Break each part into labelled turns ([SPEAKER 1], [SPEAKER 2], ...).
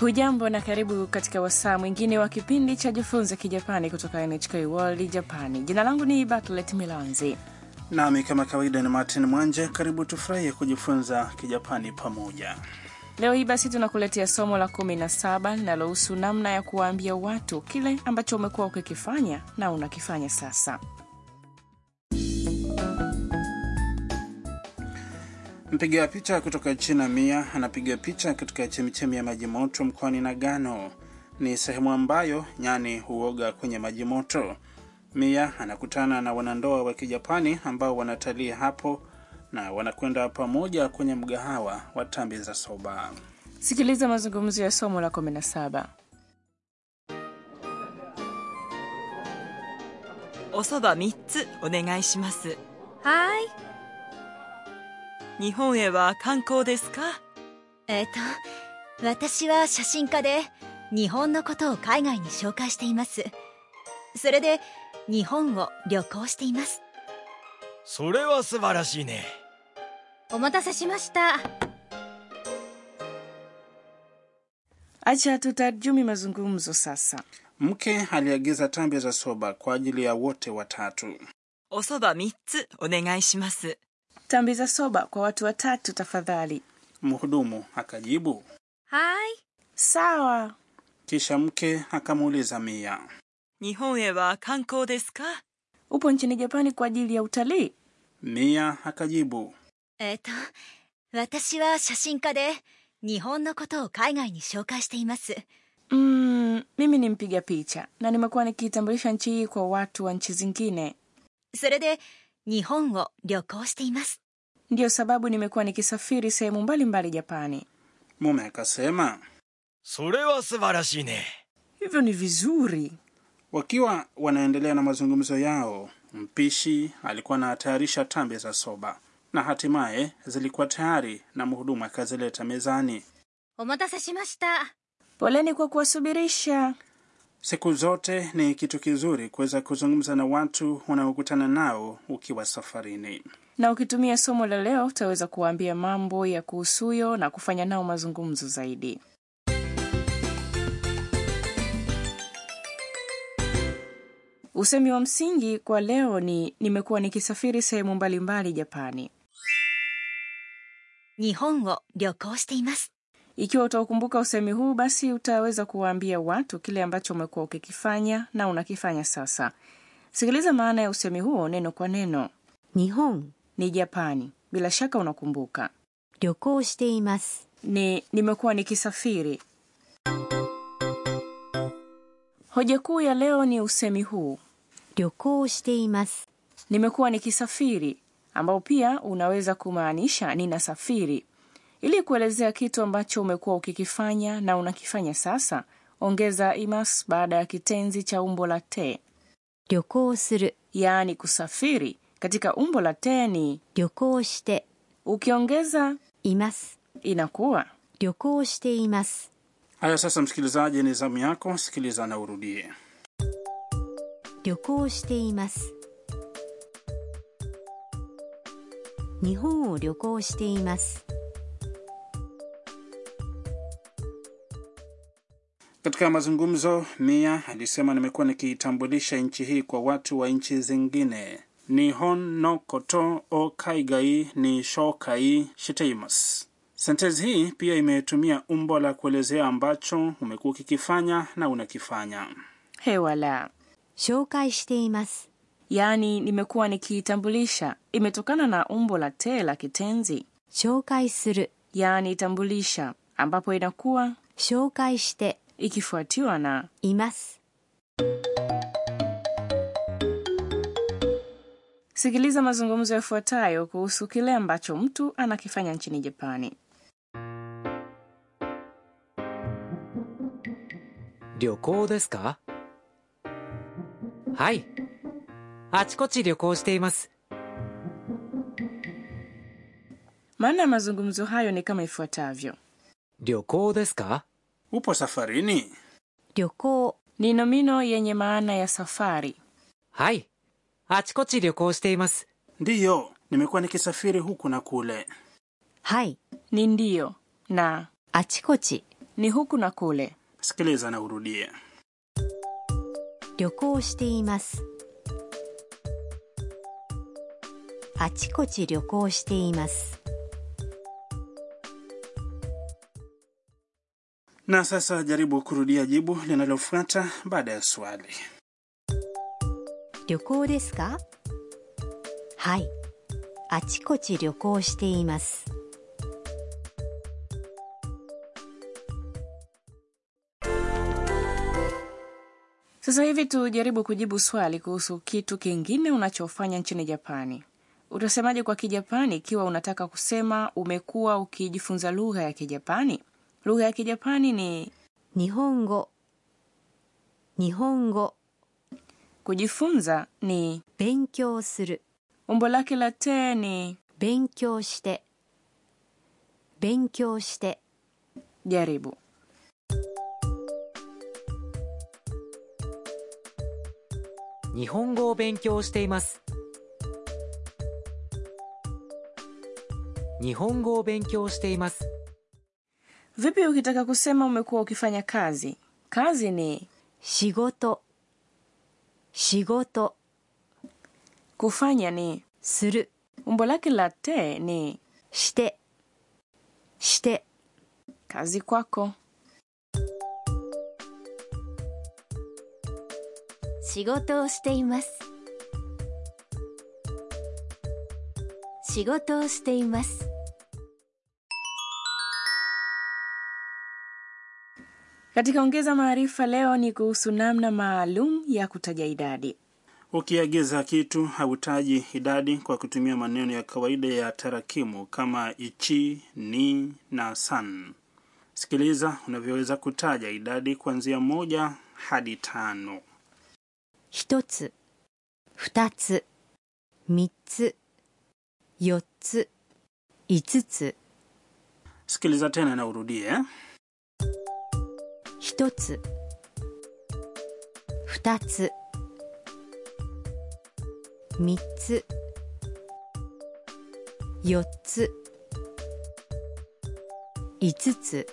[SPEAKER 1] Hujambo na karibu katika wasaa mwingine wa kipindi cha Jifunze Kijapani kutoka NHK World Japani. Jina langu ni Bartlet Milanzi.
[SPEAKER 2] Nami kama kawaida ni Martin Mwanje. Karibu tufurahie kujifunza Kijapani pamoja.
[SPEAKER 1] Leo hii basi tunakuletea somo la kumi na saba linalohusu namna ya kuwaambia watu kile ambacho umekuwa ukikifanya na unakifanya sasa.
[SPEAKER 2] Mpiga picha kutoka China Mia anapiga picha katika chemichemi ya maji moto mkoani Nagano. Ni sehemu ambayo nyani huoga kwenye maji moto. Mia anakutana na wanandoa wa Kijapani ambao wanatalii hapo na wanakwenda pamoja kwenye mgahawa wa tambi za soba.
[SPEAKER 1] Sikiliza mazungumzo ya somo la kumi na saba.
[SPEAKER 3] おそば3つお願いします
[SPEAKER 4] はい
[SPEAKER 3] 日本へは観光ですか
[SPEAKER 4] えっ、と私は写真家で日本のことを海外に紹介していますそれで日本を旅行しています
[SPEAKER 5] それは素晴らしいね
[SPEAKER 4] お待たせしました。
[SPEAKER 1] Acha tutarjumi mazungumzo sasa.
[SPEAKER 2] Mke aliagiza tambi za soba kwa ajili ya wote watatu.
[SPEAKER 3] おそば3つお願いします。
[SPEAKER 1] Tambi za soba kwa watu watatu tafadhali.
[SPEAKER 2] Mhudumu akajibu,
[SPEAKER 4] はい。
[SPEAKER 1] Sawa.
[SPEAKER 2] kisha mke akamuuliza Mia,
[SPEAKER 3] 日本へは観光ですか
[SPEAKER 1] Upo nchini Japani kwa ajili ya utalii?
[SPEAKER 2] Mia akajibu,
[SPEAKER 4] えっ、と私は写真家で日本のことを海外に紹介しています。
[SPEAKER 1] Mm, mimi ni mpiga picha na nimekuwa nikiitambulisha nchi hii kwa watu wa nchi zingine.
[SPEAKER 4] それで日本を旅行しています。
[SPEAKER 1] Ndiyo sababu nimekuwa nikisafiri sehemu mbalimbali Japani.
[SPEAKER 2] mume akasema.
[SPEAKER 5] それは素晴らしいね
[SPEAKER 1] Hivyo ni vizuri.
[SPEAKER 2] Wakiwa wanaendelea na mazungumzo yao, mpishi alikuwa anatayarisha tambi za soba na hatimaye zilikuwa tayari na mhudumu akazileta mezani.
[SPEAKER 4] お待たせしました。
[SPEAKER 1] Poleni kwa kuwasubirisha.
[SPEAKER 2] Siku zote ni kitu kizuri kuweza kuzungumza na watu unaokutana nao ukiwa safarini.
[SPEAKER 1] Na ukitumia somo la leo utaweza kuwaambia mambo ya kuhusuyo na kufanya nao mazungumzo zaidi. Usemi wa msingi kwa leo ni nimekuwa nikisafiri sehemu mbalimbali Japani.
[SPEAKER 4] 日本を旅行しています。
[SPEAKER 1] Ikiwa utaukumbuka usemi huu, basi utaweza kuwaambia watu kile ambacho umekuwa ukikifanya na unakifanya sasa. Sikiliza maana ya usemi huo neno kwa neno.
[SPEAKER 6] 日本
[SPEAKER 1] Ni Japani, bila shaka unakumbuka.
[SPEAKER 6] 旅行しています
[SPEAKER 1] Ni nimekuwa nikisafiri. Hoja kuu ya leo ni usemi huu,
[SPEAKER 6] 旅行しています
[SPEAKER 1] nimekuwa nikisafiri, ambao pia unaweza kumaanisha ninasafiri. Ili kuelezea kitu ambacho umekuwa ukikifanya na unakifanya sasa, ongeza imas baada ya kitenzi cha umbo la te,
[SPEAKER 6] 旅行する
[SPEAKER 1] yaani kusafiri. Katika umbo la te ni
[SPEAKER 6] 旅行して
[SPEAKER 1] ukiongeza
[SPEAKER 6] います
[SPEAKER 1] inakuwa
[SPEAKER 6] 旅行しています
[SPEAKER 2] Haya sasa, msikilizaji, ni zamu yako. Sikiliza na urudie.
[SPEAKER 6] 旅行しています日本を旅行しています
[SPEAKER 2] Katika mazungumzo, Mia alisema nimekuwa nikiitambulisha nchi hii kwa watu wa nchi zingine. Nihon no koto o kaigai ni shokai shiteimas. Sentensi hii pia imetumia umbo la kuelezea ambacho umekuwa ukikifanya na unakifanya.
[SPEAKER 1] hewa la,
[SPEAKER 6] 紹介しています
[SPEAKER 1] yaani nimekuwa nikiitambulisha. Imetokana na umbo la te la kitenzi,
[SPEAKER 6] 紹介する
[SPEAKER 1] yaani tambulisha, ambapo inakuwa
[SPEAKER 6] 紹介して
[SPEAKER 1] ikifuatiwa na
[SPEAKER 6] います
[SPEAKER 1] Sikiliza mazungumzo yafuatayo kuhusu kile ambacho mtu anakifanya nchini Japani.
[SPEAKER 7] 旅行ですかはいあちこち旅行しています
[SPEAKER 1] Maana ya mazungumzo hayo ni kama ifuatavyo:
[SPEAKER 7] 旅行ですか
[SPEAKER 2] Upo safarini?
[SPEAKER 6] 旅行
[SPEAKER 1] ni nomino yenye maana ya safari.
[SPEAKER 7] はいあちこち旅行しています
[SPEAKER 2] Ndiyo, nimekuwa nikisafiri huku na kule.
[SPEAKER 6] はい
[SPEAKER 1] Ni ndiyo na
[SPEAKER 6] あちこち
[SPEAKER 1] ni huku na kule.
[SPEAKER 2] sikiliza na urudie
[SPEAKER 6] 旅行していますあちこち旅行しています。
[SPEAKER 2] na sasa jaribu kurudia jibu linalofuata baada ya swali
[SPEAKER 6] 旅行ですかはいあちこち旅行しています
[SPEAKER 1] Sasa hivi tujaribu kujibu swali kuhusu kitu kingine unachofanya nchini Japani. Utasemaje kwa Kijapani ikiwa unataka kusema umekuwa ukijifunza lugha ya Kijapani? Lugha ya Kijapani ni
[SPEAKER 6] 日本語日本語
[SPEAKER 1] kujifunza, ni
[SPEAKER 6] 勉強する
[SPEAKER 1] umbo lake la te ni
[SPEAKER 6] 勉強して勉強して
[SPEAKER 1] jaribu.
[SPEAKER 7] 日本語を勉強しています日本語を勉強しています
[SPEAKER 1] Vipi ukitaka kusema umekuwa ukifanya kazi? Kazi ni
[SPEAKER 6] 仕事仕事
[SPEAKER 1] kufanya ni
[SPEAKER 6] する
[SPEAKER 1] umbo lake la te ni
[SPEAKER 6] してして
[SPEAKER 1] kazi kwako.
[SPEAKER 4] 仕事をしています仕事をしています。
[SPEAKER 1] Katika ongeza maarifa leo ni kuhusu namna maalum ya kutaja idadi.
[SPEAKER 2] ukiagiza kitu hautaji idadi kwa kutumia maneno ya kawaida ya tarakimu kama ichi ni na san sikiliza unavyoweza kutaja idadi kuanzia moja hadi tano
[SPEAKER 6] 一つ二つ三つ四つ五つ
[SPEAKER 2] sikiliza tena na urudie eh?
[SPEAKER 6] 一つ二つ三つ四つ五つ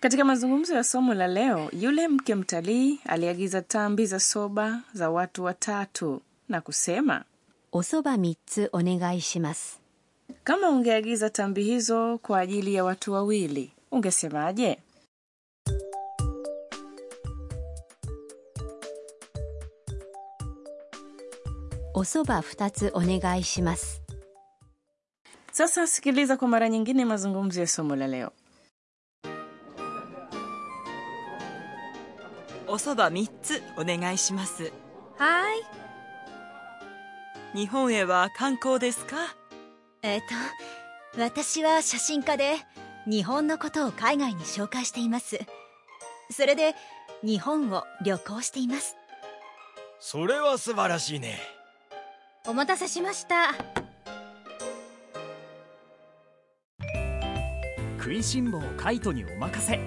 [SPEAKER 1] Katika mazungumzo ya somo la leo, yule mke mtalii aliagiza tambi za soba za watu watatu na kusema,
[SPEAKER 6] おそば三つお願いします。
[SPEAKER 1] kama ungeagiza tambi hizo kwa ajili ya watu wawili ungesemaje?
[SPEAKER 6] おそば二つお願いします。
[SPEAKER 1] Sasa sikiliza kwa mara nyingine mazungumzo ya somo la leo.
[SPEAKER 3] おそば3つお願いします
[SPEAKER 4] はい。
[SPEAKER 3] 日本へは観光ですか
[SPEAKER 4] えっ、と、私は写真家で、日本のことを海外に紹介しています。それで、日本を旅行しています。
[SPEAKER 5] それは素晴らしいね
[SPEAKER 4] お待たせしました。
[SPEAKER 8] 食いしん坊カイトにお任せ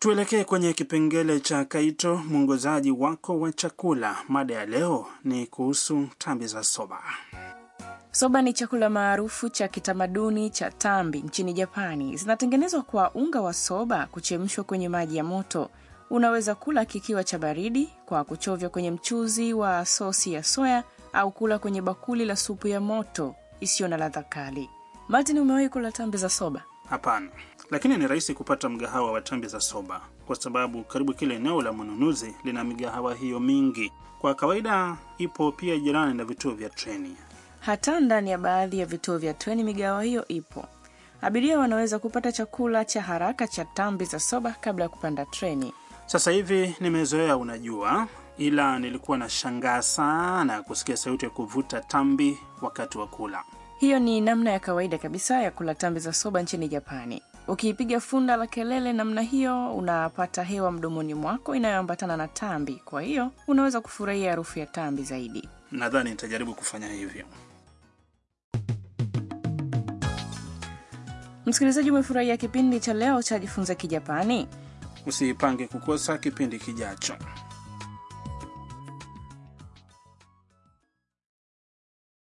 [SPEAKER 2] tuelekee kwenye kipengele cha kaito mwongozaji wako wa chakula mada ya leo ni kuhusu tambi za soba
[SPEAKER 1] Soba ni chakula maarufu cha kitamaduni cha tambi nchini Japani. Zinatengenezwa kwa unga wa soba kuchemshwa kwenye maji ya moto. Unaweza kula kikiwa cha baridi kwa kuchovya kwenye mchuzi wa sosi ya soya au kula kwenye bakuli la supu ya moto isiyo na ladha kali. Martin, umewahi kula tambi za soba?
[SPEAKER 2] Hapana, lakini ni rahisi kupata mgahawa wa tambi za soba kwa sababu karibu kila eneo la mnunuzi lina migahawa hiyo mingi. Kwa kawaida ipo pia jirani na vituo vya treni.
[SPEAKER 1] Hata ndani ya baadhi ya vituo vya treni migawa hiyo ipo. Abiria wanaweza kupata chakula cha haraka cha tambi za soba kabla ya kupanda treni.
[SPEAKER 2] Sasa hivi nimezoea, unajua, ila nilikuwa na shangaa sana kusikia sauti ya kuvuta tambi wakati wa kula.
[SPEAKER 1] Hiyo ni namna ya kawaida kabisa ya kula tambi za soba nchini Japani. Ukiipiga funda la kelele namna hiyo, unapata hewa mdomoni mwako inayoambatana na tambi, kwa hiyo unaweza kufurahia harufu ya tambi zaidi.
[SPEAKER 2] Nadhani nitajaribu kufanya hivyo.
[SPEAKER 1] Msikilizaji, umefurahia kipindi cha leo cha Jifunza Kijapani?
[SPEAKER 2] Usiipange kukosa kipindi kijacho.